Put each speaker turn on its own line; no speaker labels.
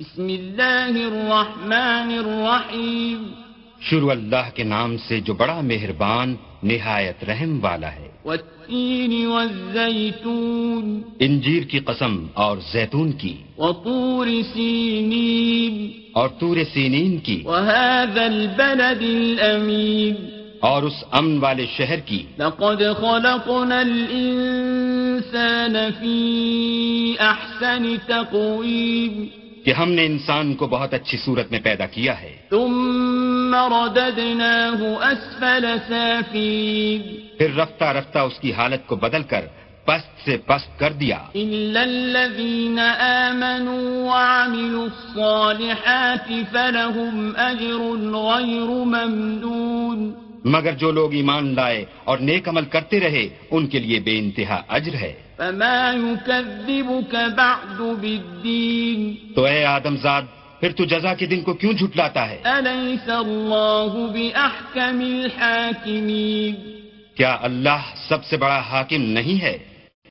بسم الله الرحمن الرحيم
शुरू अल्लाह के नाम से जो बड़ा मेहरबान निहायत रहम वाला है
والتين والزيتون
इंजीर की कसम और जैतून की
وطور سينين
और तूर सीनीन की
وهذا البلد الأمين
और उस अमन वाले शहर की
لقد خلقنا الإنسان في أحسن تقويم
कि हमने इंसान को बहुत अच्छी सूरत में पैदा किया है
ثم رددناه أسفل سافلين
फिर रफ्ता रफ्ता उसकी हालत को बदल कर पस्त से पस्त कर दिया
إلا الذين آمنوا وعملوا الصالحات فلهم أجر غير ممنون
मगर जो लोग ईमान लाए और नेक अमल करते रहे उनके लिए बेइंतहा अज्र है
فما يكذبك بعد بالدين
तो ए आदमजाद फिर तू जजा के दिन को क्यों झुटलाता है
أليس الله بأحكم الحاكمين
क्या अल्लाह सबसे बड़ा हाकिम नहीं है